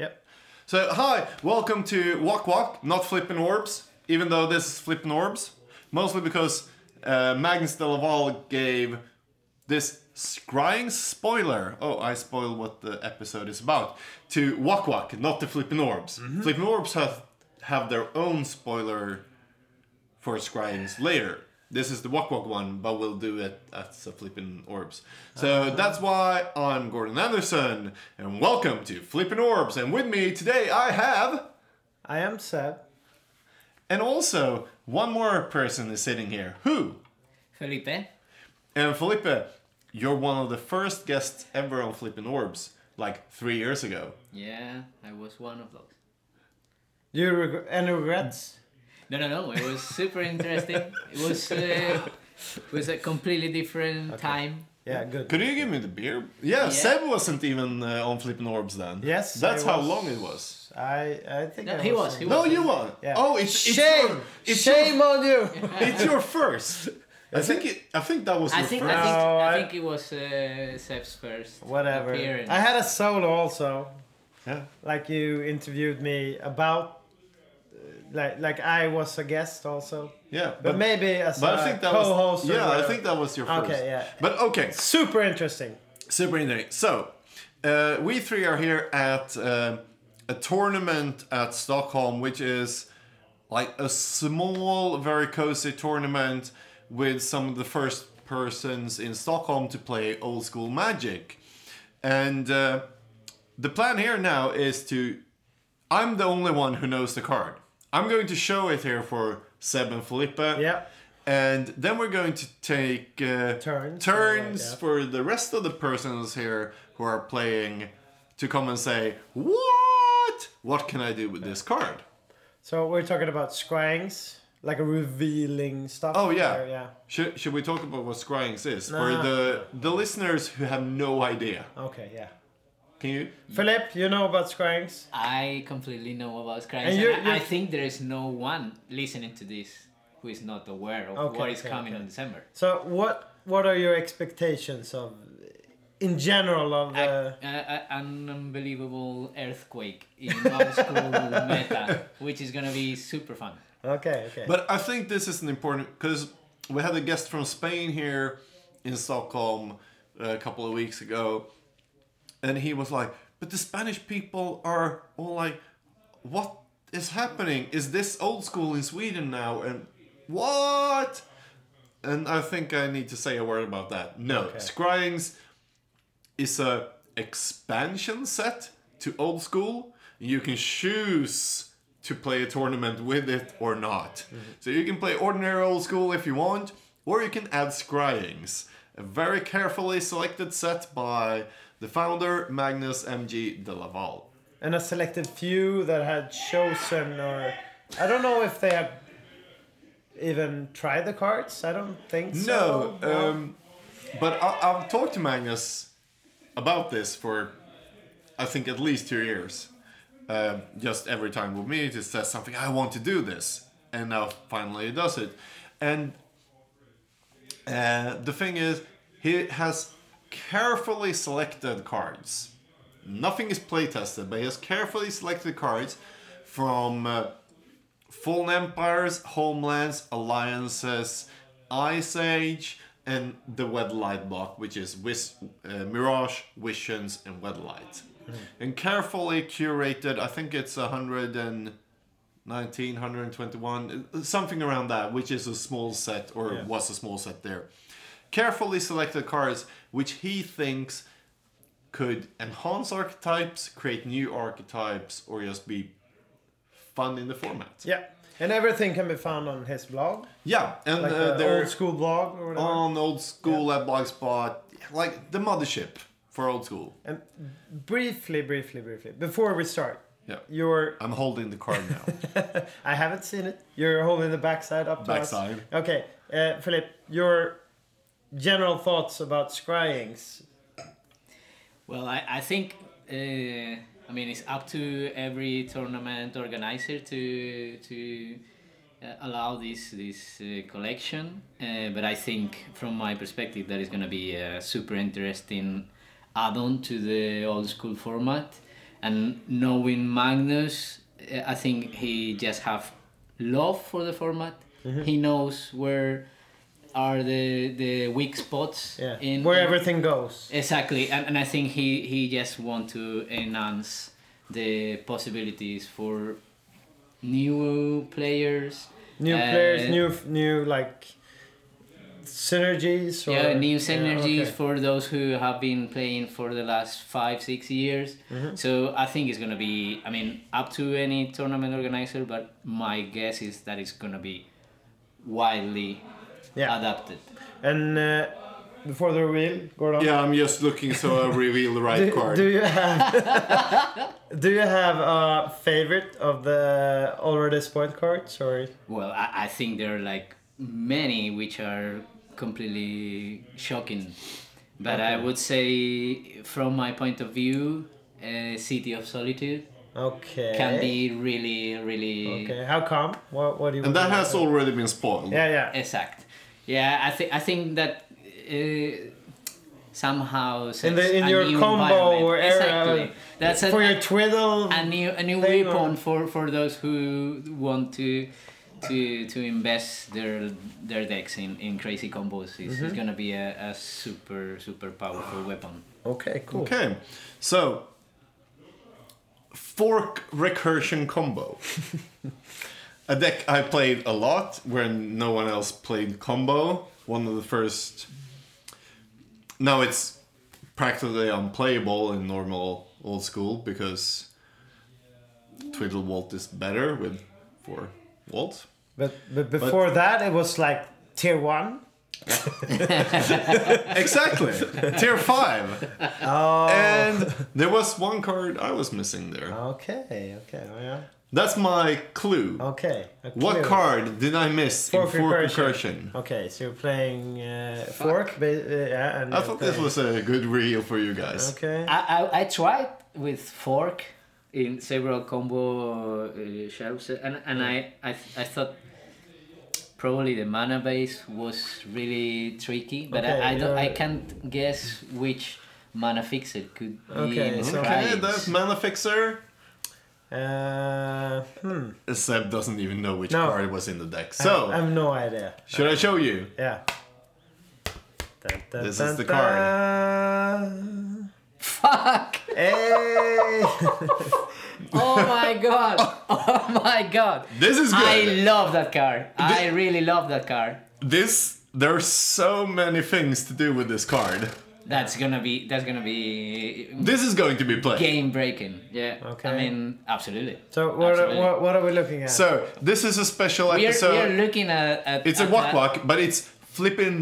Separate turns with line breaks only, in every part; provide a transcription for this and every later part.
Yep. So hi, welcome to Walk Walk, not Flippin' Orbs, even though this is Flippin' Orbs, mostly because uh, Magnus de Laval gave this scrying spoiler. Oh, I spoiled what the episode is about. To Walk Walk, not the Flippin' Orbs. Flippin' Orbs have have their own spoiler for scryings later. This is the Walk Walk one, but we'll do it as a Flippin' Orbs. So
Ah.
that's why I'm Gordon Anderson, and welcome to Flippin' Orbs. And with me today I have,
I am Seb.
and also one more person is sitting here. Who?
Felipe.
And Felipe, you're one of the first guests ever on Flippin' Orbs, like three years ago.
Yeah, I was one of those.
Do you reg- any regrets?
No, no, no. It was super interesting. It was uh, it was a completely different time.
Yeah, good.
Could you give me the beer? Yeah,
Yeah.
Seb wasn't even uh, on Flippin' Orbs then.
Yes,
That's
I
how
was.
long it was.
I I think
No,
I
he was, he
on-
was.
No, you won.
Yeah.
Oh, it's, it's
shame.
your- it's
shame on you.
Your, it's your first. I think it, I think that was
I
your
think I
first.
think
No,
I
I-
think it was uh, Seb's first
Whatever.
appearance.
I had a solo also.
Yeah.
Like you interviewed me about, uh, like like I was a guest also,
Yeah,
but, maybe as
but
a
I think that
co-host.
was
or
yeah. I
whatever.
think that was your first.
Okay, yeah.
But okay,
super interesting.
super interesting. So uh, we three are here at uh, a tournament at Stockholm, which is like a small, very cozy tournament with some of the first persons in Stockholm to play old school magic, and uh, the plan here now is to. I'm the only one who knows the card. I'm going to show it here for Seb and Felipe.
Yeah.
And then we're going to take uh,
Turns.
turns
Yeah.
for the rest of the persons here who are playing to come and say, What? What can I do with this card?
So we're talking about scryings, like a revealing stuff.
Oh, yeah.
or- yeah. Uh-huh.
Should, should we talk about what scryings is? For
No.
the, the listeners who have no idea.
Okay, yeah.
Can you?
Philip, you know about scryings.
I completely know about Christ.
And
And
you- you-
I, I think there is no one listening to this who is not aware of
Okay,
what is
okay,
coming
okay.
in December.
So what what are your expectations of, in general, of
I-
the?
uh, uh, an unbelievable earthquake in non-school meta, which is gonna be super fun.
Okay, okay.
But I think this is an important because we had a guest from Spain here in Stockholm uh, a couple of weeks ago, and he was like, "But the Spanish people are all like, what is happening? Is this old school in Sweden now? And what?" And I think I need to say a word about that. No,
Okay.
Scryings is a expansion set to old school. You can choose to play a tournament with it or not. So you can play ordinary old school if you want, or you can add scryings. A very carefully selected set by the founder Magnus MG de Laval.
and a selected few that had chosen, or I don't know if they have even tried the cards. I don't think so.
No, um, but I, I've talked to Magnus about this for I think at least two years. Um, just every time we meet, he says something. I want to do this, and now finally he does it. And uh, the thing is, he has carefully selected cards. Nothing is play tested, but he has carefully selected cards from. Uh, Fallen Empires, Homelands, Alliances, Ice Age, and the Wedlight block, which is Wis- uh, Mirage, Visions, and Wedlight. And carefully curated, I think it's 119, 121, uh, something around that, which is a small set, or
Yeah.
was a small set there. Carefully selected cards, which he thinks could enhance archetypes, create new archetypes, or just be fun in the format.
Yeah, and everything can be found on his blog,
Yeah, and
like
uh,
the
they're
old school blog or whatever.
on old school at Blogspot, like the mothership for old school.
and briefly, briefly, briefly, before we start,
Yeah,
your
I'm holding the card now.
I haven't seen it. You're holding the backside up to
Backside.
us. Okay, uh, Philip, your general thoughts about scryings.
Well, I, I think uh, I mean it's up to every tournament organizer to to uh, allow this this uh, collection. Uh, but I think from my perspective that is going to be a super interesting add-on to the old school format. And knowing Magnus, eh, I think he just have love for the format.
Mm-hmm.
He knows where are the the weak spots
Yeah.
in
Where
in-
everything goes.
Exactly, and, and I think he, he just want to enhance the possibilities for new players.
New
uh,
players, new f- new like synergies. Or,
yeah, new
yeah,
synergies
okay.
for those who have been playing for the last five six years.
Mm-hmm.
So I think it's gonna be. I mean, up to any tournament organizer, but my guess is that it's gonna be widely
Yeah.
adapted.
And uh, before the reveal, Gordon.
Yeah, I'm just looking so I reveal the right
Do,
card.
do you have do you have uh, a favorite of the already spoiled cards or
Well, I, I think there are like many which are completely shocking. But I
Okay.
would say, from my point of view, uh, City of Solitude
okay
can be really, really
okay how come what what do you
and that has
all
already been spoiled.
yeah yeah
exact. Yeah, I think I think that uh, somehow
In the-
sets
in
a
your
new
combo
environment.
or era,
exactly. That's a,
for your twiddle
a new a new
They
weapon
are-
for for those who want to to to invest their their decks in in crazy combos is
Mm-hmm.
it's gonna be a, a super super powerful weapon
okay cool
Okay, so fork recursion combo. a deck I played a lot when no one else played combo. One of the first. Now it's practically unplayable in normal old school because Twiddle Walt is better with four Walt.
but but before that it was like tier one
Exactly! Tier 5!
oh
And there was one card I was missing there.
okay okay oh, yeah
That's my clue.
okay a
What
clear-
card did I miss
Fork
in Fork
recursion.
recursion?
okay so you're playing uh, fork ba- uh, yeah and
I
you're
thought this
playing-
was a good reel for you guys.
okay
I I, I tried with fork in several combo uh, shelves and and I, I I thought probably the mana base was really tricky but
Okay,
I, I don't I
you're-
can't guess which mana fixer could be
Okay,
in
so-
Mm, Okay,
Cryes.
that's Mana Fixer.
uh, hmm
Seb doesn't even know which
No.
card was in the deck. So,
I have no idea
should I show you?
Yeah. Dun, dun,
This
dun,
is the
dun.
fuck
Hey!
Oh my god! Oh my god!
This is good.
I love that car. I really love that car.
this there are so many things to do with this card.
That's gonna be that's gonna be
This is going to be played.
game breaking. Yeah.
Okay.
I mean, absolutely.
so what are,
Absolutely.
what, what are we looking at?
So this is a special
We are,
episode.
we are looking at, at
it's a
at
walk
the-
walk, but it's flipping.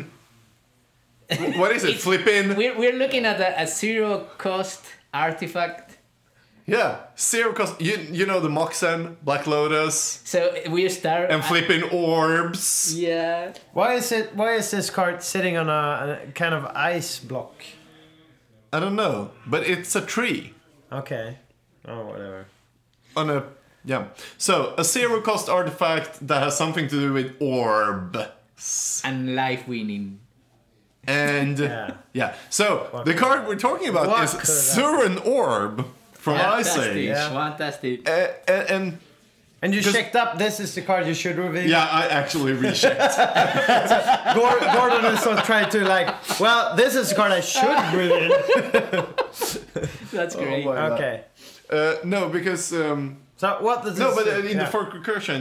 what is it?
It's-
Flipping.
We're, we're looking at a, a zero cost artifact.
Yeah, zero cost. You you know the Moxen, Black Lotus.
So we start.
and flipping orbs.
yeah.
why is it? Why is this card sitting on a, a kind of ice block?
I don't know, but it's a tree
Okay. Oh, whatever.
on a Oh, yeah. So a zero cost artifact that has something to do with orbs
And life winning.
and
Yeah.
yeah. So the card we're talking about
What
is
could I-
Surin Orb from Ice
Fantastic.
Age.
Yeah.
Fantastic.
Uh, and, and
And you
Just-
checked up. This is the card you should reveal.
yeah, I actually rechecked.
Gor- Gordon is not trying to like. Well, this is the card I should reveal.
That's great.
Oh my-
Okay.
uh, no, because um,
So what does
no,
this?
but uh, in
yeah.
the fork recursion,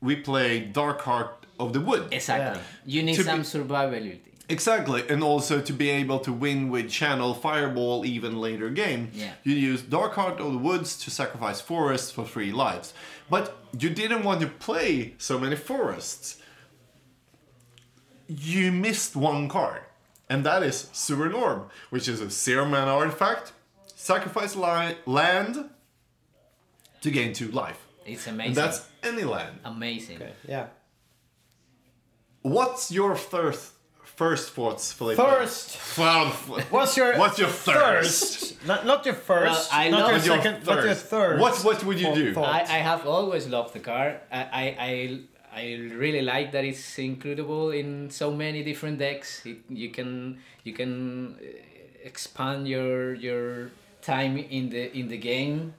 we play Dark Heart of the Wood.
exactly. You need
To be-
some survivability.
Exactly, and also to be able to win with Channel Fireball even later game.
Yeah.
You use Dark Heart of the Woods to sacrifice forests for three lives. But you didn't want to play so many forests. You missed one card, and that is Surin Orb, which is a zero mana artifact. Sacrifice li- land to gain two life.
It's amazing.
And that's any land.
amazing.
Yeah.
What's your thirst, first thoughts, Felipe?
First.
Well,
What's your
what's your thirst?
Not, not your first.
Well, Uh, I love-
not your
What's your
second, but your
thirst?
third.
What- what would you
thought-
do?
thought.
I, I have always loved the car. I, I, I, I really like that it's includable in so many different decks. It, you can you can uh, expand your your time in the in the game,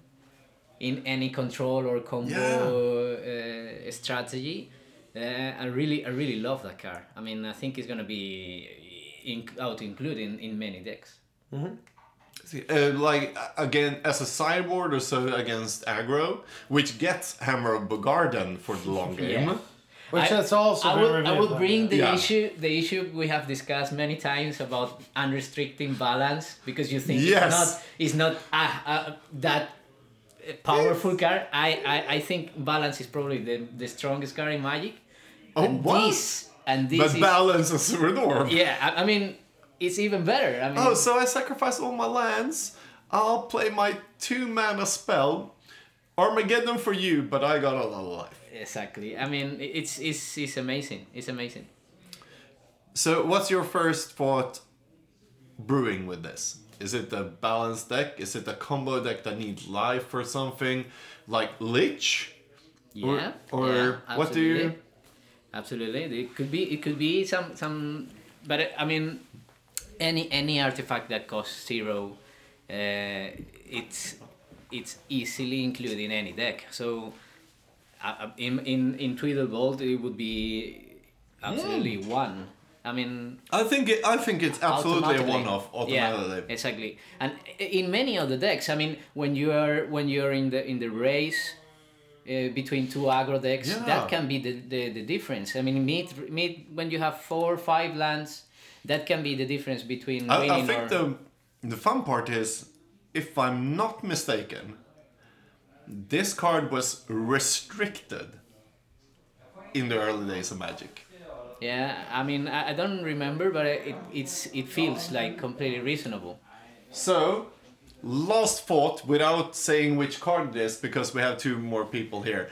in any control or combo uh, strategy. Uh, I really I really love that card. I mean, I think it's gonna be in, out included in, in many decks.
Mm-hmm.
See, uh, like uh, again as a sideboard or so against aggro, which gets Hammer of Bogarden for the long game.
Yeah.
Which
I-
has also
I
been
would, I
revealed
would
by
bring the
Yeah.
issue the issue we have discussed many times about unrestricting balance because you think
Yes.
it's not it's not uh, uh, that uh, powerful card. I, I I think balance is probably the, the strongest card in Magic.
Oh,
and
what?
This and this
But
is,
balance is Sword Orb.
yeah. I, I mean, it's even better. I mean,
Oh, so I sacrifice all my lands. I'll play my two mana spell. Armageddon for you, but I got a lot of life.
exactly. I mean, i- it's it's it's amazing. It's amazing.
So, what's your first thought brewing with this? Is it a balanced deck? Is it a combo deck that needs life or something like Lich? Or-
Yeah.
or
yeah,
what do you-
absolutely. Absolutely, it could be. It could be some some, but uh, I mean, any any artifact that costs zero, uh, it's it's easily included in any deck. So, uh, uh, in in in Tweedle Bolt, it would be absolutely one. I mean,
I think it, I think it's absolutely a one-off
yeah,
automatically.
exactly. And i- in many other decks, I mean, when you are when you are in the in the race uh, between two aggro decks,
Yeah.
that can be the, the, the difference. I mean, mid mid when you have four or five lands, that can be the difference between
I, I
winning
think
or
the the fun part is, if I'm not mistaken, this card was restricted in the early days of Magic.
yeah. I mean, I, I don't remember, but it it's it feels like completely reasonable.
So, last thought without saying which card it is because we have two more people here.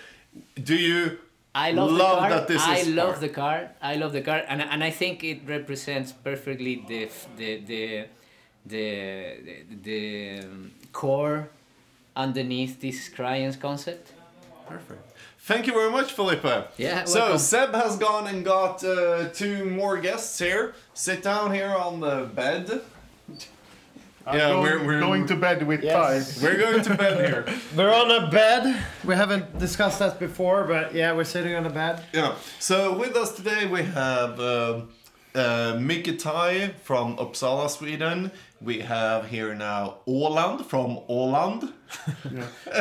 Do you
I love,
Love
the car.
that this
I
is
love
art.
the car. I love the car, and and I think it represents perfectly the f- the the the the, the um, core underneath this Cryans concept.
Perfect. Thank you very much, Philippa.
Yeah,
So
welcome.
Seb has gone and got uh, two more guests here. Sit down here on the bed.
I'm
Yeah,
going,
we're- we're-
going to bed with
Yes.
ties.
We're going to bed here.
We're on a bed. We haven't discussed that before, but yeah, we're sitting on a bed.
Yeah. So with us today we have um uh, Mickey Tai from Uppsala, Sweden. We have here now Åland from Åland.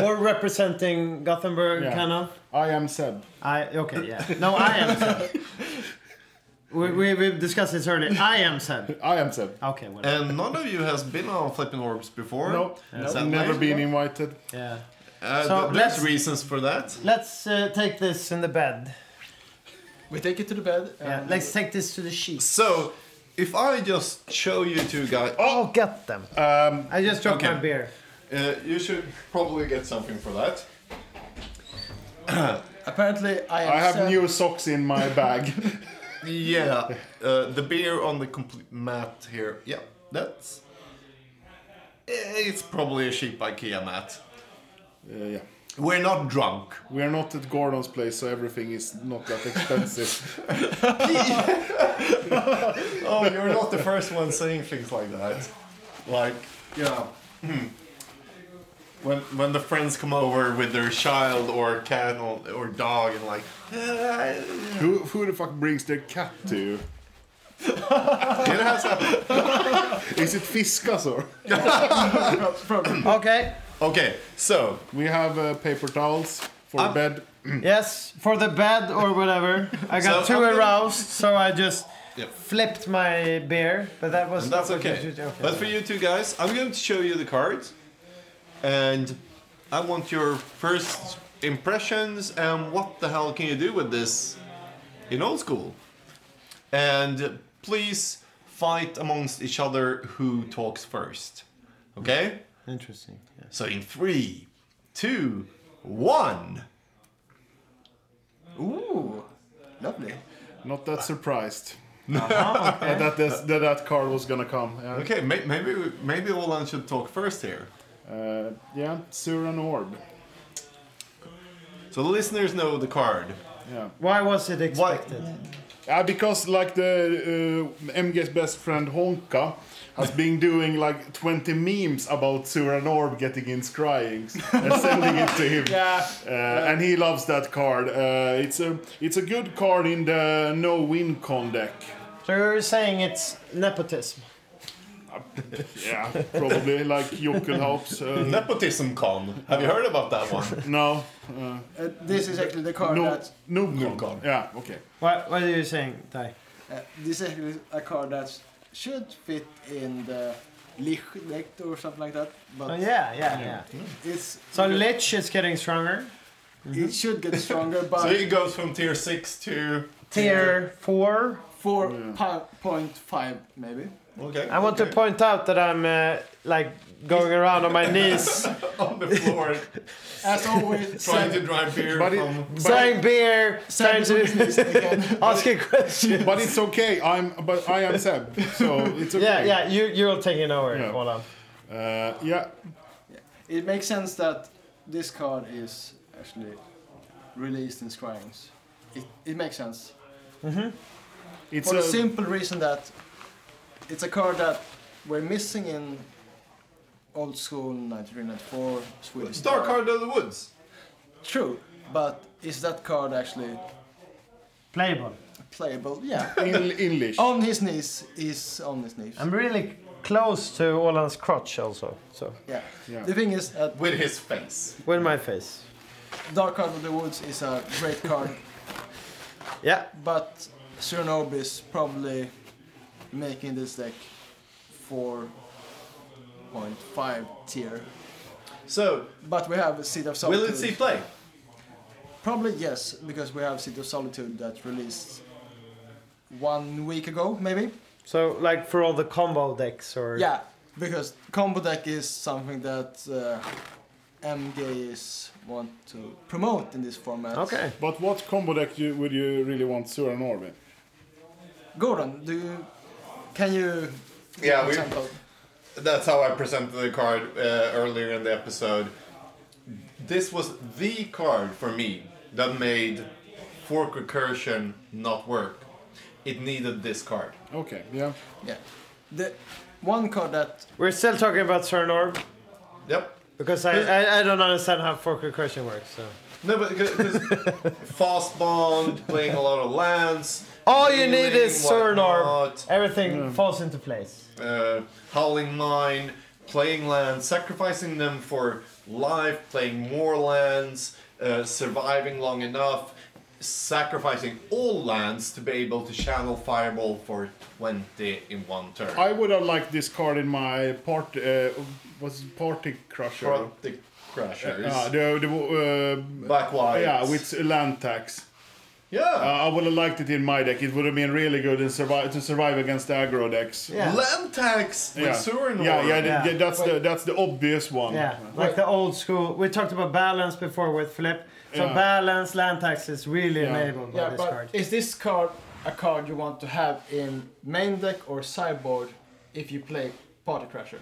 Or representing Gothenburg,
Yeah.
kind of.
I am Seb.
I okay, yeah. No, I am Seb. we, we we've discussed this earlier. I am Seb.
I am Seb.
Okay, whatever.
And none of you has been on Flipping Orbs before.
No,
Is that
never
right?
been invited.
Yeah.
Uh,
So
th- there's
let's-
reasons for that.
Let's uh, take this in the bed.
We take it to the bed.
Yeah. Let's take this to the sheets.
So if I just show you two guys.
Oh, get them.
Um,
I just dropped
Okay.
my beer.
Uh, you should probably get something for that.
Apparently, I am.
I have
Seb.
new socks in my bag.
Yeah, uh, the beer on the complete mat here. Yeah, that's. Eh, It's probably a cheap IKEA mat.
Uh, yeah.
We're not drunk.
We are not at Gordon's place, so everything is not that expensive.
Uh,
Oh, you're not the first one saying things like that. Like, yeah. hmm. When, when the friends come over with their child or cat or, or dog and like, "Ah,
Uh, who, who the fuck brings their cat to you?
it has happened.
Is it Fiskas or?
Okay.
Okay, so
We have uh, paper towels for
I'm-
bed.
Yes, for the bed or whatever. I got
So
too
I'm gonna-
aroused, so I just
Yep.
flipped my beer. But that was
And that's
not what you
okay.
should- okay.
But for you two guys, I'm going to show you the cards, and I want your first impressions and what the hell can you do with this in old school. And please fight amongst each other who talks first. Okay?
Interesting. Yeah.
So in three, two, one.
Ooh, lovely.
Not that surprised.
Uh-huh,
that, this, that that card was gonna come. Yeah.
Okay, may- maybe maybe Olan should talk first here.
Uh, yeah, Suran Orb.
So the listeners know the card.
Yeah.
Why was it expected?
Uh, because like the uh, MG's best friend Honka has been doing like 20 memes about Suran Orb getting in scryings and sending it to him.
Yeah.
Uh, And he loves that card. Uh, it's a it's a good card in the no win con deck.
So you're saying it's nepotism.
Uh, Yeah, probably like Jokelhaups. Uh,
Nepotism con. Have you heard about that one?
no,
Uh, this is actually the card
no,
that
no,
No
no
con.
Yeah, okay.
What, what are you saying, Ty?
uh, this is actually a card that should fit in the Lich deck or something like that. But
Oh, yeah, yeah, yeah.
it's
So
it,
Lich is getting stronger. Mm-hmm.
it should get stronger,
so
but
it goes from tier six to
Tier 4.
four point five maybe.
okay.
I want to
okay.
point out that I'm uh, like going around on my knees,
on the floor,
As always,
trying to
Sam-
drive beer
But it-
from.
selling beer,
Sam
trying
is with
to
this again.
ask a question.
But it's okay. I'm but I am Seb, so it's okay.
Yeah, yeah, you, you're taking over,
Yeah.
Ola.
Uh, yeah.
It makes sense that this card is actually released in Scryings. It, it makes sense.
Mm-hmm.
It's
For
a,
the simple reason that it's a card that we're missing in old school 1994 Swedish.
Dark
card.
Heart of the Woods.
True, but is that card actually
Playable.
playable? Yeah.
in English.
on his knees is on his knees.
I'm really close to Oland's crotch also, so
yeah.
Yeah.
The thing is that
With his face.
with my face.
Dark Card of the Woods is a great card
Yeah,
But Chernobyl is probably making this deck 4.5 tier.
So,
But we have Seed of
will
Solitude.
it see play?
Probably yes, because we have Seed of Solitude that released one week ago, maybe.
so like for all the combo decks or...
Yeah, because combo deck is something that uh, MG is want to promote in this format.
Okay.
But what combo deck you, would you really want Suran Orb in?
Gordon, do you can you give
Yeah,
an
we-
example?
That's how I presented the card uh, earlier in the episode. This was the card for me that made fork recursion not work. It needed this card.
Okay, yeah.
Yeah. The one card that
We're still talking about Cern Orb,
Yep.
because I, I, I don't understand how fork recursion works, so...
No, but because fast bond, playing a lot of lands.
All you need
healing,
is Cern Orb.
whatnot,
Everything
Mm.
falls into place.
Uh, howling mine, playing lands, sacrificing them for life, playing more lands, uh, surviving long enough, sacrificing all lands to be able to channel fireball for 20 in one turn.
I would have liked this card in my part. Uh, was it Party Crusher.
Brought the crushers.
Ah, the, the,
Black
uh,
white.
yeah, with land tax. Uh,
yeah.
I would have liked it in my deck. It would have been really good in survive, to survive against the aggro decks.
Yeah.
Land tax with
Yeah.
Surinor.
yeah, yeah,
Yeah.
th- that's the that's the obvious
Um,
one.
Yeah, like the old school. We talked about balance before with Flip. So
Yeah.
balance, land tax is really
Yeah.
enabled by
Yeah,
this
but
card.
is this card a card you want to have in main deck or sideboard if you play Party Crasher?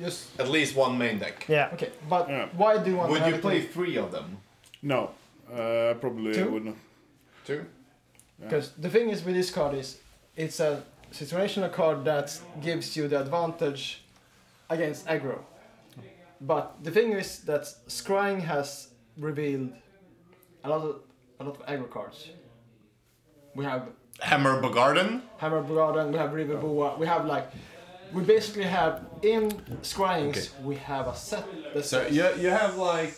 Yes.
At least one main deck.
yeah.
Okay, but
Yeah.
why do you want to
Would
have
you
it
play three of them?
No, uh, probably
Two?
wouldn't.
Two?
Because the thing is with this card is it's a situational card that gives you the advantage against aggro. But the thing is that Scrying has revealed a lot of, a lot of aggro cards. We have
Hammer Bogarden.
Hammer Broden, we have River Boa, we have like we basically have in Scryings we have a set that's
So you, you have like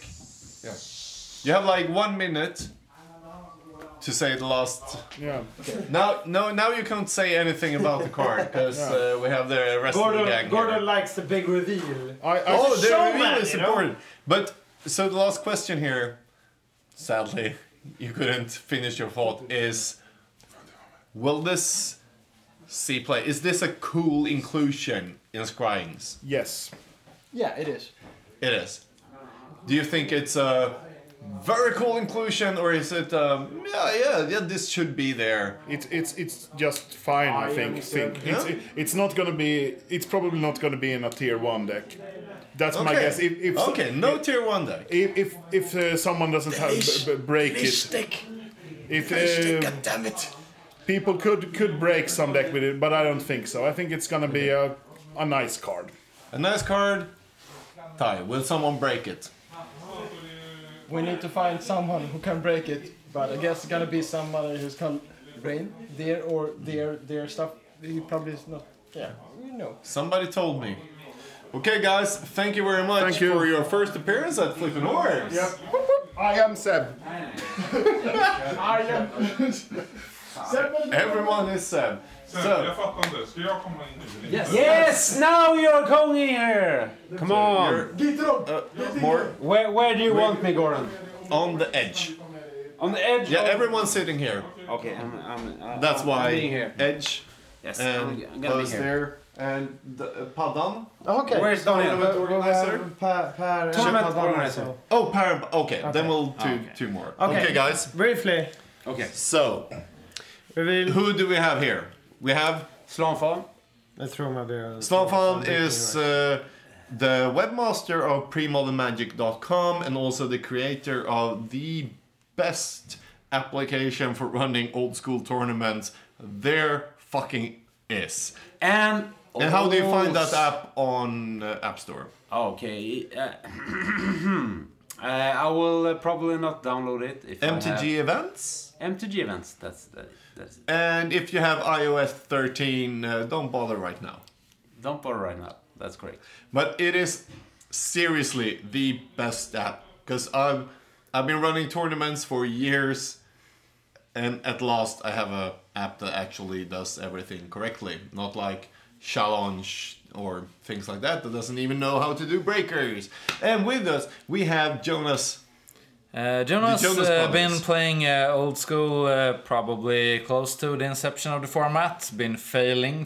you have like one minute to say the last.
Yeah.
Now no now you can't say anything about the card because uh, we have the rest of the gang.
Gordon,
here.
Gordon likes the big reveal.
I, I,
oh, the
showman,
reveal is
you know?
important. But so the last question here, sadly, you couldn't finish your thought. Is will this see play? Is this a cool inclusion in Scryings?
yes.
yeah it is.
It is. Do you think it's a very cool inclusion, or is it? Um, yeah, yeah, yeah. This should be there.
It's it's it's just fine. I,
I
think.
understand.
think. It's it, it's not gonna be. It's probably not gonna be in a tier one deck. That's my guess. If if
okay, no tier one deck.
If if, if uh, someone doesn't have, b- b- break it. If uh,
damn it!
people could could break some deck with it, but I don't think so. I think it's gonna be a a nice card.
A nice card. Ty, will someone break it?
We need to find someone who can break it, but I guess it's gonna be somebody who's called Rain, Deer, or Deer, Deer stuff. He probably is not. Yeah, you know.
Somebody told me. Okay, guys, thank you very much
Thank you.
for your first appearance at Flippin' Orbs.
I am Seb.
Everyone is Seb.
Sen,
So,
jag fattar inte. Ska jag komma in nu? eller
Yes.
inte?
Yes, now you're going here. Come on.
more
Where, where do you want me, Goran?
on the edge.
On the edge.
Yeah,
of-
everyone's sitting here.
Okay, I'm. I'm uh,
That's
I'm
why
being here.
edge
Yes,
and
I'm, I'm gonna be
was
here.
there. And the, uh, Padan,
Okay.
Where's Daniel?
tournament organizer.
Per,
uh,
per,
Tournament
per
organizer.
organizer.
Oh, Parab. Okay, then we'll do
Okay.
two more.
Okay.
okay, guys.
Briefly,
Okay.
So,
reveal.
who do we have here? We have
Slanfall.
I threw my beer. on the floor.
Slanfan
I'm
is
drinking
uh, the webmaster of premodernmagic.com and also the creator of the best application for running old school tournaments there fucking is.
And.
And how do you find that app on uh, App Store?
Okay. Uh, uh, I will uh, probably not download it. If I have-
MTG events?
MTG events. That's that, that's. It.
And if you have iOS 13, uh, don't bother right now.
Don't bother right now. That's great.
But it is seriously the best app because I've I've been running tournaments for years, and at last I have a app that actually does everything correctly, not like challenge or things like that that doesn't even know how to do breakers. And with us we have Jonas.
Uh, Jonas,
The Jonas
uh,
Brothers.
been playing uh, old school, uh, probably close to the inception of the format. Been failing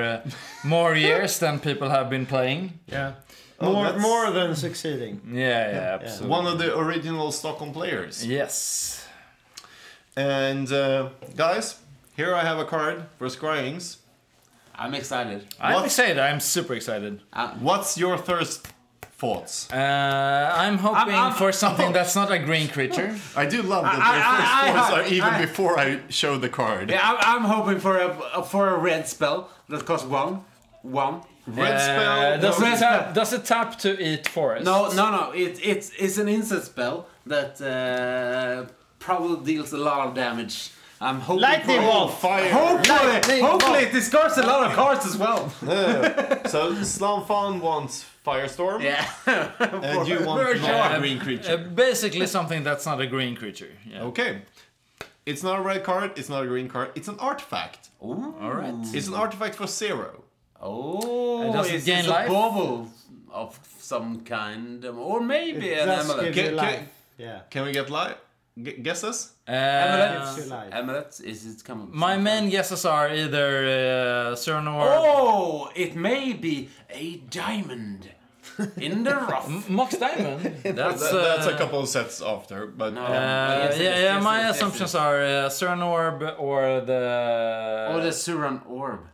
uh, more years than people have been playing.
Yeah.
Oh,
More,
that's-
more than succeeding.
Yeah, yeah, absolutely.
One of the original Stockholm players.
Yes.
And uh, guys, here I have a card for Scryings.
I'm excited.
I'm
What-
excited. I'm super excited.
Uh, What's your thirst thoughts? Oh.
Uh, I'm hoping
I'm-
for something that's not a green creature.
I do love that
I-
their
I-
first
I-
thoughts
I-
are even
I-
before I show the card.
Yeah, I'm, I'm hoping for a a- for a red spell that costs one, one.
Red
Uh,
spell.
does,
no.
it tap, does it tap to eat forest?
No, no, no. It, it's it's an instant spell that uh, probably deals a lot of damage. I'm hoping
Lightning
for.
bolt.
fire.
Hopefully,
Lightning
hopefully
bolt.
it discards a lot of cards as well.
so Slamfan wants firestorm,
Yeah.
and you want
Very
non
sure.
green
Uh,
creature.
basically something that's not a green creature. Yeah.
Okay. It's not a red card. It's not a green card. It's an artifact.
All right.
It's an artifact for zero.
Oh,
does it
it's,
gain
it's
life?
a bauble of some kind, um, or maybe an
Just
amulet.
give you
Can-
life.
can-
Yeah.
Can we get live guesses?
Uh,
Amulet.
Your life.
Amulet is it coming?
my main guesses are either uh, Cernor
Oh, it may be a diamond in the rough.
Mox Diamond. That's,
Th-
uh,
that's a couple of sets after, but
No.
uh,
Uh,
Yes, it
yeah,
is,
yeah.
yes,
My
it is, yes,
assumptions
it is.
are uh, Cern Orb or the.
Oh, the Suran orb.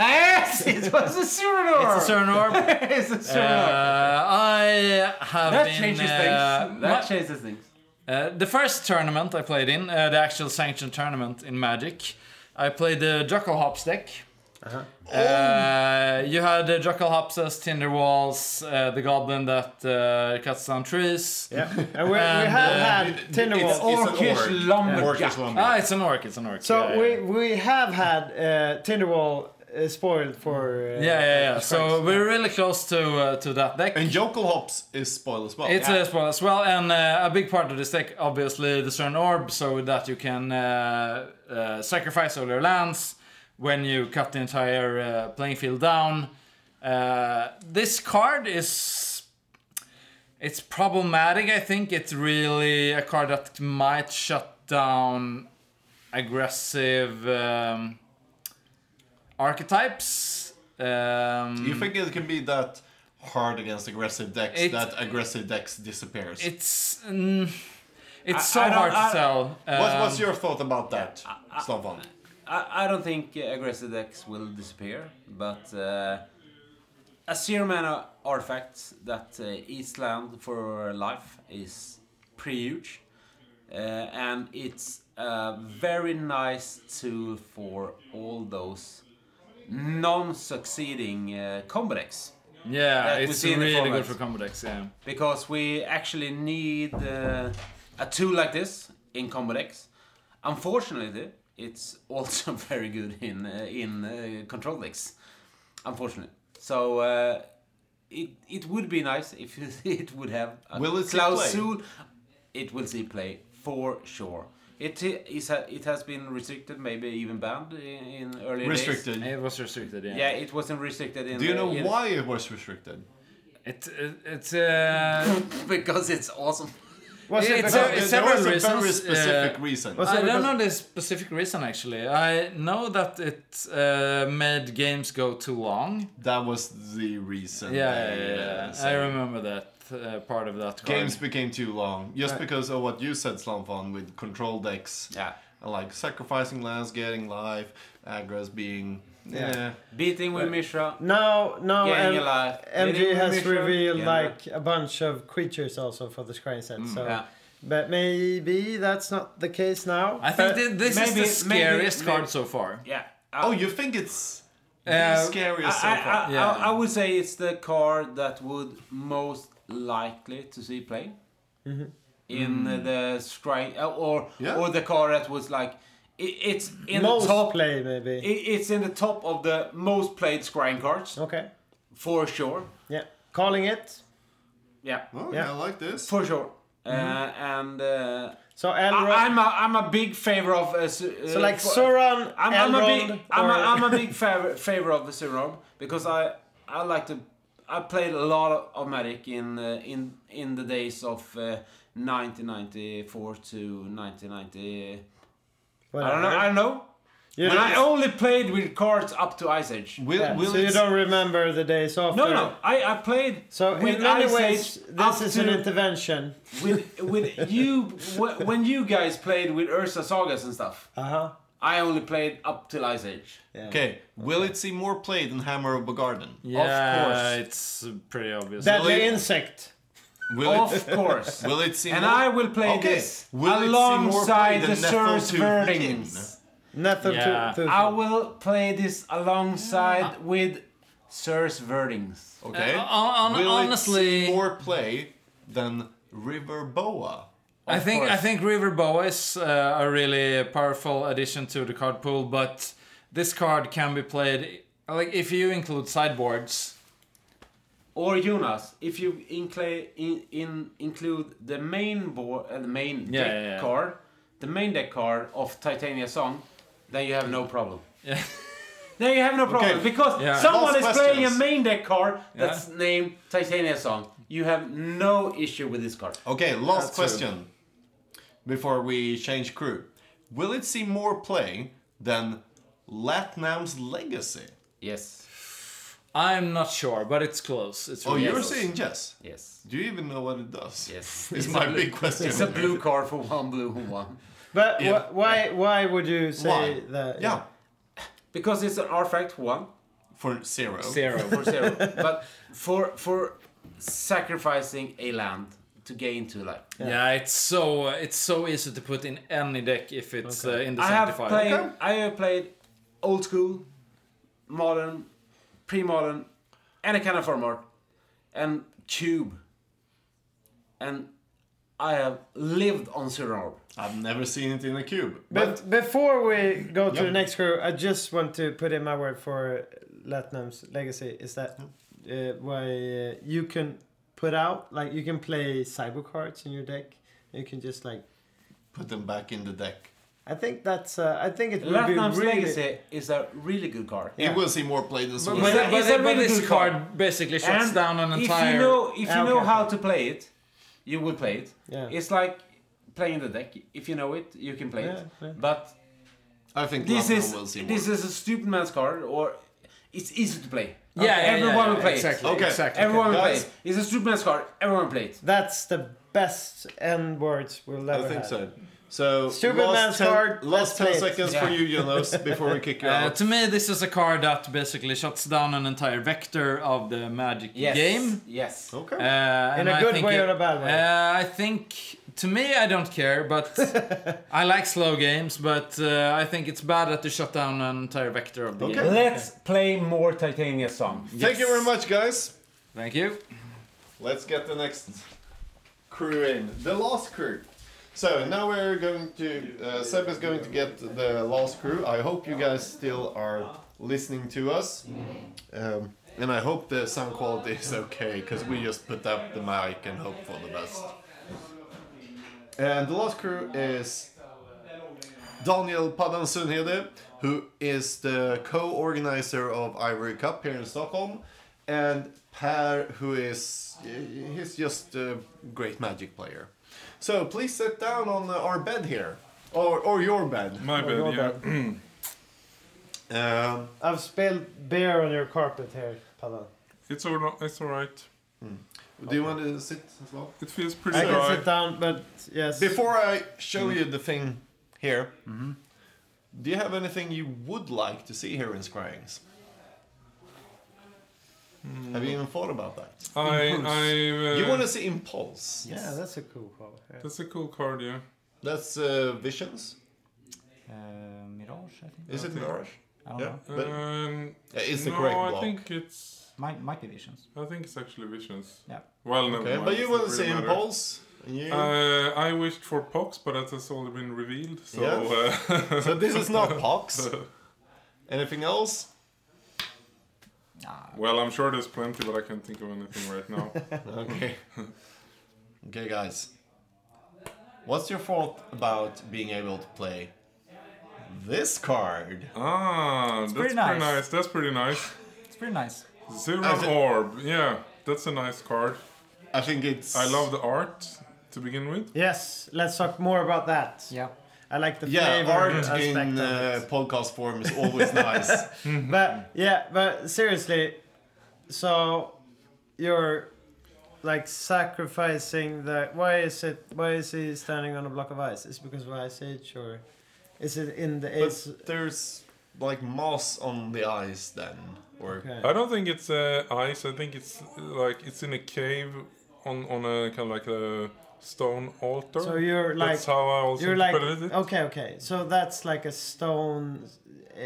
Yes, it was a Suran orb.
It's a Cern Orb.
It's a Suran
Uh,
orb.
I have
That
been.
changes things.
uh,
That
my-
changes things.
Uh, the first tournament I played in, uh, the actual sanctioned tournament in Magic, I played the Jackal Hops deck.
Uh-huh.
Oh.
Oh.
Uh, you had the Jackal Hops as Tinder Walls, uh, the Goblin that uh, cuts down trees.
Yeah. And we, we
And,
have
uh,
had Tinderwolf.
It's an orc.
Orcish
Orcish
lumberjack.
lumber.
Ah, it's an orc, it's an orc.
So
Yeah, yeah.
we we have had uh, Tinderwall uh, spoiled for. Uh,
Yeah, yeah, yeah. So we're really close to uh, to that deck.
and Jokel Hops is spoiled as well.
It's a spoil as well, and uh, a big part of this deck, obviously, the Cern Orb, so with that you can uh, uh, sacrifice all your lands when you cut the entire uh, playing field down. Uh, this card is. It's problematic, I think. It's really a card that might shut down aggressive um, archetypes. Um,
You think it can be that hard against aggressive decks
It-
that aggressive decks disappears?
It's mm, it's so
I don't-
hard
I-
to tell.
What, what's
Um,
your thought about that, Slavon?
I, I don't think uh, aggressive decks will disappear, but uh, a zero mana artifact that uh, eats land for life is pretty huge. Uh, and it's a very nice tool for all those non-succeeding uh, combodex.
Yeah,
That we
it's
see in the
really good
format.
for combo decks. Yeah.
because we actually need uh, a tool like this in Combodex. Unfortunately, it's also very good in uh, in uh, control decks. Unfortunately, so uh, it it would be nice if it would have a
Will it see
clausule. It will see play for sure. It i- is ha- it has been restricted, maybe even banned in, in earlier days.
Restricted.
It was restricted. Yeah.
Yeah, it wasn't restricted in.
Do you
the-
know
in-
why it was restricted?
It, it it's uh,
Because it's awesome.
Was it
It's
because,
a-
There-
it's
there
several
was a very
reasons,
specific
uh,
reason.
Was
I
it
don't
because-
know the specific reason actually. I know that it uh, made games go too long.
That was the reason.
Yeah, yeah,
they,
yeah.
uh,
yeah. I
said
remember that uh, part of that. Card. Uh,
Games became too long, just because of what you said, Slamfon, with control decks,
Yeah.
like sacrificing lands, getting life, aggros being. Yeah.
Beating with Mishra.
now, now
Getting
M-
alive.
MG
Getting
has
mission.
revealed
Yeah.
like a bunch of creatures also for the scrying set. so,
yeah.
but maybe that's not the case now. Uh,
I think
But-
thi- this
Uh, maybe-
is the
maybe-
scariest
maybe-
card so far.
Yeah.
Oh, you think it's
Uh,
the scariest
I,
so far?
I,
Yeah.
I, I would say it's the card that would most likely to see play in
Mm.
uh, the scry uh, or
Yeah.
or the card that was like it, it's in
most
the top.
play maybe.
It, it's in the top of the most played scrying cards
okay.
for sure.
Yeah. Calling it.
Yeah,
oh,
yeah. Mm-hmm.
yeah, I like this.
for sure. Uh, and uh,
So
I,
Elrond.
I'm a I'm a big favor of uh, s- uh,
So like
for-
Sauron,
I'm, I'm a
Elrond.
big I'm,
or-
a, I'm a big favor, favor of the Surom because I I like to I played a lot of, of Magic in uh, in in the days of uh, 1994 to 1990. I don't know. I don't know.
You
and
don't-
I only played with cards up to Ice Age.
Will,
yeah,
will
so you
it,
don't remember the days off.
No, no. I, I played
So
with
in many
Ice
ways,
Age
this
up
is
to
an intervention.
with with you wh- when you guys played with Ursa Sagas and stuff.
Uh huh.
I only played up till Ice Age.
okay, will it see more play than Hammer of Bagarden?
Yeah,
course.
it's pretty obvious.
Deadly
Really?
insect.
Will
Of
it?
course.
Will it see
And
more?
I will play
Okay.
this
Will it see more play
alongside the
than
Sur's
Nephil to
Verdings.
Nothing
Yeah.
to. to
I will play this alongside with Sur's Verdings.
Okay.
Uh, on- on-
Will
honestly-
it see more play than River Boa?
I think I
course.
think River Boa is uh, a really powerful addition to the card pool, but this card can be played like if you include sideboards.
Or Jonas, if you include in, in include the main board, uh, the main
Yeah,
deck
yeah, yeah.
card, the main deck card of Titania Song, then you have no problem.
Yeah.
Then you have no problem
Okay.
because
Yeah.
someone is
Last
playing a
questions.
main deck card that's named Titania Song. You have no issue with this card.
Okay, last question before we change crew. Will it see more play than Latnam's Legacy?
Yes.
I'm not sure, but it's close. It's
Oh,
really
you're
close.
saying yes.
Yes.
Do you even know what it does?
Yes.
It's my big question.
It's a blue card for one blue and one.
but
Yeah.
wh- why? Why would you say
Why?
Uh,
that?
Yeah,
Because it's an artifact for one
for zero.
zero.
for zero. but for for sacrificing a land to gain two life.
yeah, it's so it's so easy to put in any deck if it's uh, in the
I have
sanctified.
played I have played old school, modern, pre modern, any kind of format. And cube. And I have lived on Suriname.
I've never seen it in a cube.
But before we go to
Yep.
the next crew, I just want to put in my word for Latnam's legacy is that uh, why uh, you can put out like you can play cyber cards in your deck. You can just like
Put them back in the deck.
I think that's uh, I think it would be
Latnam's
really
Legacy is a really good card.
Yeah.
It will see more play than
But,
Solar.
It's a-
but,
it's a
but
really
this
good
card
card.
basically shuts down an entire.
If you know, if you
Ah, okay,
know
okay.
how to play it, you will play it.
Yeah.
It's like playing the deck. If you know it, you can play it.
Yeah, yeah.
But
I think
this
Latnam
is
will see more.
this is a stupid man's card, or it's easy to play.
yeah, yeah, yeah,
everyone
yeah,
will play
Exactly.
Okay.
Exactly.
it. Everyone will play
Guys.
it. It's a stupid man's card. Everyone will play it.
That's the best end words we'll
I
ever
think
have.
so. So
Stupid
last
man's
10
card,
Last
let's
ten
play it.
seconds for
Yeah.
you, Jonas, before we kick you
Uh,
out.
to me, this is a card that basically shuts down an entire vector of the Magic
Yes.
game.
Yes.
Okay.
Uh, and
a
I
good
think
way
it-
or a bad way?
Uh, I think to me, I don't care, but I like slow games. But uh, I think it's bad that they shut down an entire vector of the
Okay.
game.
Let's play more Titania song.
Thank you very much, guys.
Thank you.
Let's get the next crew in. The last crew. So now we're going to. Uh, Seb is going to get the last crew. I hope you guys still are listening to us. Um, and I hope the sound quality is okay because we just put up the mic and hope for the best. And the last crew is Daniel Paddan Sundhede, who is the co-organizer of Ivory Cup here in Stockholm, and Per, who is he's just a great magic player. So please sit down on our bed here, or or your bed.
My
Oh, your
bad, yeah.
bad.
Um,
I've spilled beer on your carpet here, Pavan.
It's all, it's all right.
Mm. do you want to sit as well?
It feels pretty
I can
dry.
sit down, but yes. Mm.
Before I show you the thing here,
Mm-hmm.
do you have anything you would like to see here in Scryings? Have you even thought about that?
Mm. I, I, uh,
you want to see Impulse?
yeah, that's a cool call. Yeah.
That's a cool card, yeah.
That's uh, Visions.
Uh, Mirage, I think.
Is it
Okay.
Mirage?
I don't
Yeah.
know.
But-
um,
Yeah, it's the
no,
correct
I
block.
think it's.
Might, might be Visions.
I think it's actually Visions.
Yeah.
Well, never
Okay,
mind.
but you
doesn't
want to see
really matter.
Impulse? And you...
Uh, I wished for Pox, but that has already been revealed. So, uh,
so this is not Pox. Anything else?
well, I'm sure there's plenty, but I can't think of anything right now.
Okay. okay, guys. What's your thought about being able to play this card?
ah, that's
pretty
pretty
nice.
nice. That's pretty nice.
It's pretty nice.
Zero
I thi-
Orb. Yeah, that's a nice card.
I think it's.
I love the art to begin with.
Yes, let's talk more about that.
Yeah.
I like the
Yeah,
flavor
art
aspect
in
of
uh,
it.
podcast form is always nice.
But yeah, but seriously, so you're like sacrificing the. Why is it? Why is he standing on a block of ice? Is it because of Ice Age or is it in the ice?
but there's like moss on the ice then, or
Okay.
I don't think it's uh, ice. I think it's uh, like it's in a cave on on a kind of like a stone altar.
So you're like
that's how I also
you're like
interpreted it.
okay, okay. So that's like a stone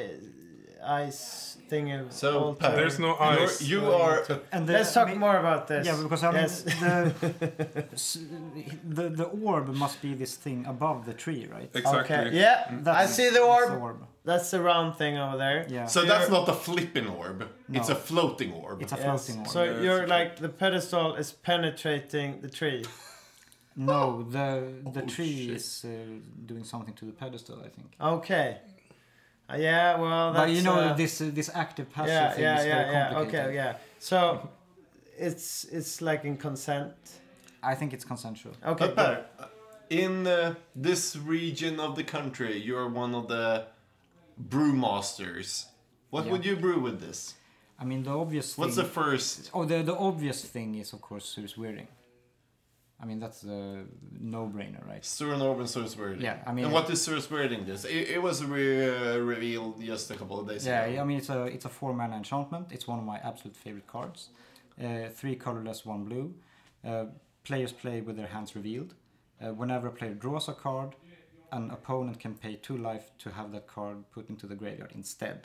uh, ice thing of
So,
altar.
Pat,
There's no
You're-
ice.
you are.
And the,
Let's talk
I mean-
more about this.
Yeah, because I mean,
yes.
the, s- the the orb must be this thing above the tree, right?
exactly.
Okay. Yeah,
Mm.
I see the
It's
orb. That's the round thing over there.
Yeah.
So that's not a flipping orb. It's
No.
a floating orb.
it's a
Yes.
floating orb.
So
Yeah,
you're
it's
like the pedestal is penetrating the tree.
no, the the
Oh,
tree
shit.
is uh, doing something to the pedestal, I think.
Okay. Uh, yeah. Well, that's.
But you know
uh,
this uh, this active passive
Yeah,
thing
yeah,
is very
yeah, yeah.
complicated.
Okay, yeah. So, it's it's like in consent.
I think it's consensual.
Okay.
But Per, in uh, this region of the country, you're one of the brewmasters. What
Yeah.
would you brew with this?
I mean, the obvious
What's the
thing.
first?
oh, the the obvious thing is of course Sirius Wearing. I mean, that's a no-brainer, right?
Surin Orban Source Wording.
Yeah, I mean-
And what is Source Wording this? It, it was re- uh, revealed just a couple of days
Yeah,
ago.
I mean it's a it's a four mana enchantment. It's one of my absolute favorite cards. Uh, three colorless, one blue. Uh, players play with their hands revealed. Uh, whenever a player draws a card, an opponent can pay two life to have that card put into the graveyard instead.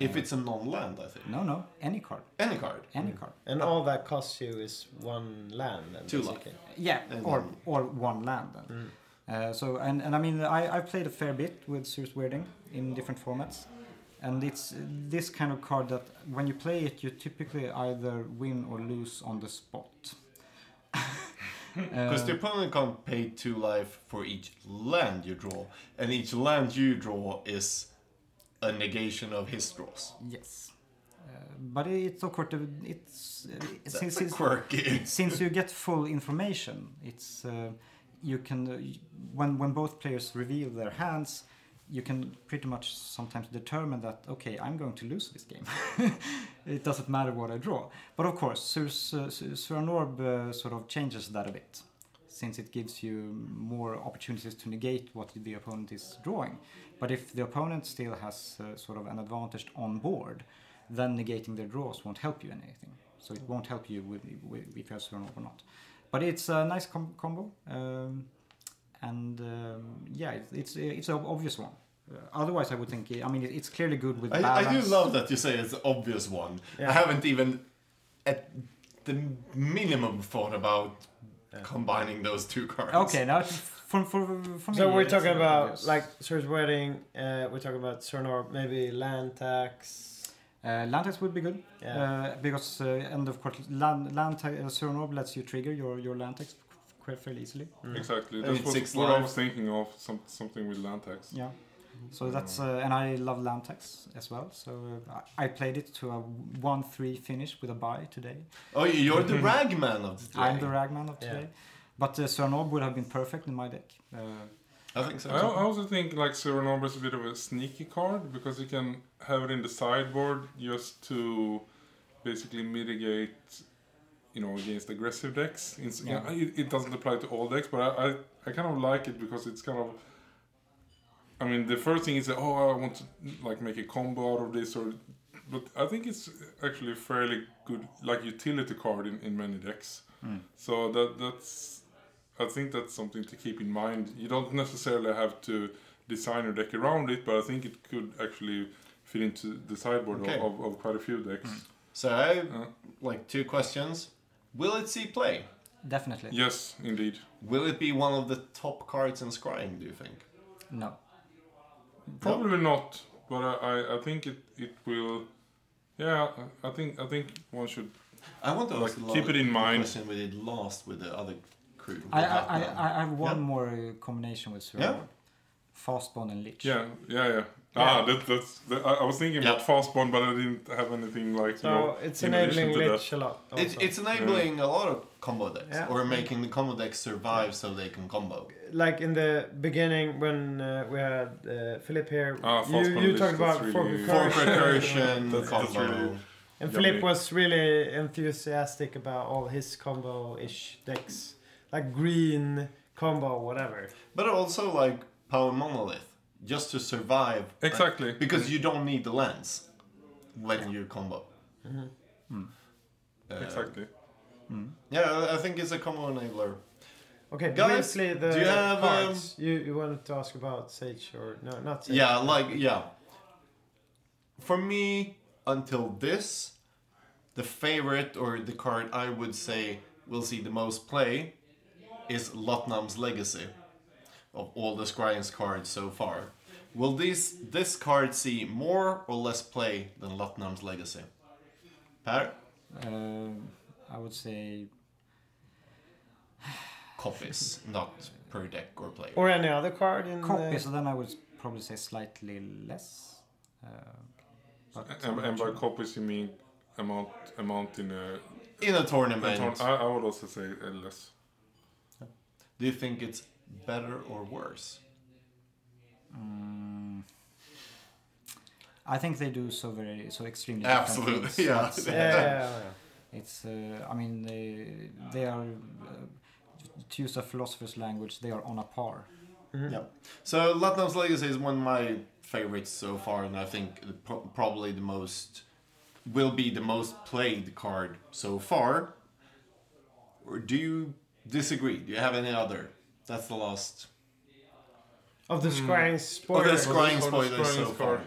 Uh,
If it's a non land, I think.
No, no, any card,
Any card.
any card.
and all that costs you is one land. And
Two
basically.
Yeah,
And
or
then- Mm.
or one land then. Uh, so and, and I mean I I played a fair bit with Sears Weirding in different formats, and it's this kind of card that when you play it you typically either win or lose on the spot.
Because
Uh,
the opponent can't pay two life for each land you draw, and each land you draw is a negation of his draws.
yes, uh, but it's of course the- it's uh,
That's
since
a
it's-
quirky.
since you get full information, it's uh, you can uh, y- when when both players reveal their hands, you can pretty much sometimes determine that okay, I'm going to lose this game. it doesn't matter what I draw. But of course, Sur- Sur- Sur- Suranorb uh, sort of changes that a bit, since it gives you more opportunities to negate what the opponent is drawing. But if the opponent still has uh, sort of an advantage on board, then negating their draws won't help you anything. So it won't help you with, with if you have Suranorb or not. But it's a nice com- combo. Um, and um, yeah, it's it's, it's an obvious one. Uh, otherwise, I would think I mean it- it's clearly good with
I, I do
balance.
love that you say it's the obvious one. I haven't even, at the minimum, thought about combining those two cards.
Okay, now it's- for for for me.
So we're
it's
talking about
obvious.
like Sir's wedding. Uh, we're talking about Surnor, maybe land tax.
Uh, land tax would be good
Yeah.
uh, because uh, and of course land land tax uh, Surinor lets you trigger your your land tax quite fairly easily.
Exactly.
I
That's
mean,
what,
Uh, six
what I
life. Hmm.
was thinking of. Some, something with land tax.
Yeah. So
Mm.
that's uh, and I love land tax as well. So uh, I I played it to a one three finish with a buy today.
Oh, you're the ragman of the day.
I'm the ragman of
Yeah.
today. But uh, Surinor would have been perfect in my deck. Uh,
I think so.
I al- I also think like Serenobra is a bit of a sneaky card because you can have it in the sideboard just to basically mitigate, you know, against aggressive decks. It's,
Yeah.
yeah, it, it doesn't apply to all decks, but I, I, I kind of like it because it's kind of. I mean, the first thing is that oh, I want to like make a combo out of this, or but I think it's actually a fairly good like utility card in, in many decks.
Hmm.
So that that's I think that's something to keep in mind. You don't necessarily have to design your deck around it, but I think it could actually fit into the sideboard
Okay. Hmm.
of, of, of quite a few decks. Uh,
So I like two questions. Will it see play?
definitely
Yes, indeed.
Will it be one of the top cards in Scrying? Do you think?
no.
Probably not, but I, I, I think it, it will. Yeah, I- I think I think one should.
I want to
Like,
ask a lot
keep it in
the
mind.
Question we did last with the other
I
crew. with
I, I,
Batman.
I- I have one
Yeah.
more uh, combination with Surinor.
Yeah.
Fastbone and Lich.
Yeah, yeah, yeah. Ah, that, that's. That, I I was thinking about
Yeah.
fastbond, but I didn't have anything like.
So it's
in addition
enabling
to that.
Lich a lot.
It's,
also.
it's enabling a lot of combo decks,
Yeah.
or making the combo decks survive so they can combo.
like in the beginning when uh, we had uh, Philip here,
Ah,
you,
Fastbone
you
Lich,
talked
that's
about
really-
Fork
Fork
For
Recursion.
recursion,
That's- that's
combo.
really-
And
Yummy.
Philip was really enthusiastic about all his combo-ish decks, like green combo, whatever.
But also like power monolith, just to survive.
Exactly.
Like, because you don't need the lens when you combo.
Mm-hmm.
Uh, hmm.
Exactly.
Yeah, I- I think it's a combo enabler.
Okay,
Guys,
briefly the
do you have, um,
cards. You you wanted to ask about Sage or no, not Sage.
Yeah, like yeah. For me, until this, the favorite or the card I would say will see the most play is Lotnam's Legacy of all the Scrying's cards so far. Will this this card see more or less play than Lotnam's Legacy? Per
Um, I would say
copies, not per deck or player.
Or any other card in eh,
copy.
the
So then I would probably say slightly less. Uh, but
And, and by copies you mean amount amount in a.
In a tournament,
I, I would also say uh, less.
do you think it's better or worse?
Mm. I think they do so very so extremely. different
Absolutely,
things.
yeah.
It's,
yeah,
uh,
yeah, yeah, yeah.
it's uh, I mean they they are uh, to use a philosopher's language they are on a par.
Mm.
So Latnam's Legacy is one of my favorites so far, and I think the- pro- probably the most will be the most played card so far. Or do you disagree? Do you have any other? That's the last.
of
Mm.
the Scrying
Oh,
spoiler.
the scrying
Or the
spoilers so
scrying
far.
card.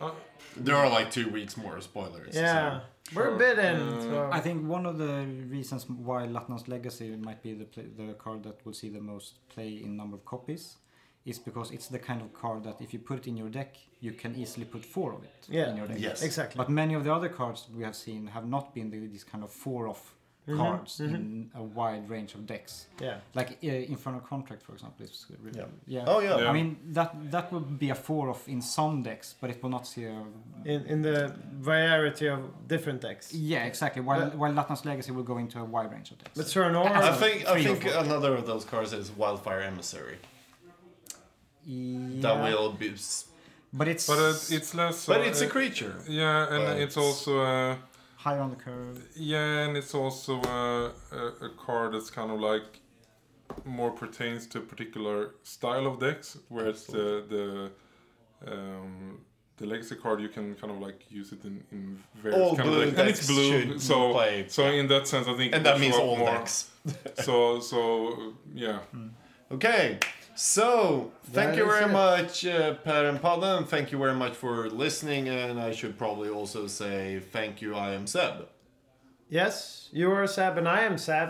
Uh,
There are like two weeks more spoilers.
yeah,
so-
we're bitten.
Uh,
so-
Uh, I think one of the reasons why Latna's Legacy might be the play, the card that will see the most play in number of copies is because it's the kind of card that if you put it in your deck you can easily put four of it
Yeah.
in your deck.
Yes.
exactly.
But many of the other cards we have seen have not been the, these kind of four off
Mm-hmm.
cards in a wide range of decks.
yeah.
Like uh, Infernal Contract, for example, is really,
Yeah.
yeah.
Oh yeah.
Yeah.
I mean that that would be a four off in some decks, but it will not see a
in, in the variety of different decks.
yeah exactly. While
But-
while Latna's Legacy will go into a wide range of decks.
But Surinor,
I think I
Three or
think uh, another of those cards is Wildfire Emissary.
yeah.
That will be, s-
But it's
but uh, it's less.
but
uh,
it's a
uh,
creature.
Yeah, and
But
it's
it's-
also uh,
higher on the curve.
yeah, and it's also uh, a, a card that's kind of like more pertains to a particular style of decks, whereas the the um, the legacy card you can kind of like use it in, in various
All
kind
blue
of decks, and it's
decks
blue.
should
So
play.
so in that sense, I think
And
it
that
will
means
show up
all
more.
decks.
Mm.
So so yeah,
Okay, so thank
That
you
is
very
it.
much, uh, Per and Padden. Thank you very much for listening, and I should probably also say thank you. I am Seb.
Yes, you are Sab and I am Sab.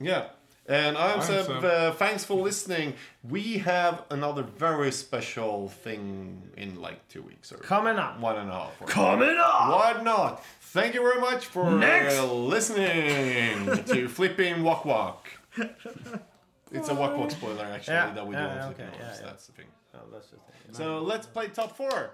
Yeah. And I'm,
I'm
Seb.
Seb.
Uh, thanks for listening. We have another very special thing in like two weeks or
Coming up.
one and a half. or-
Coming up!
Why not? Thank you very much for
Next.
uh, listening to Flipping Walk Walk. It's a Walk Walk spoiler actually
Yeah,
that we
yeah,
do on
yeah,
Flipping
okay,
Walks,
yeah, yeah.
That's the thing.
Oh, that's the thing.
So let's play top four.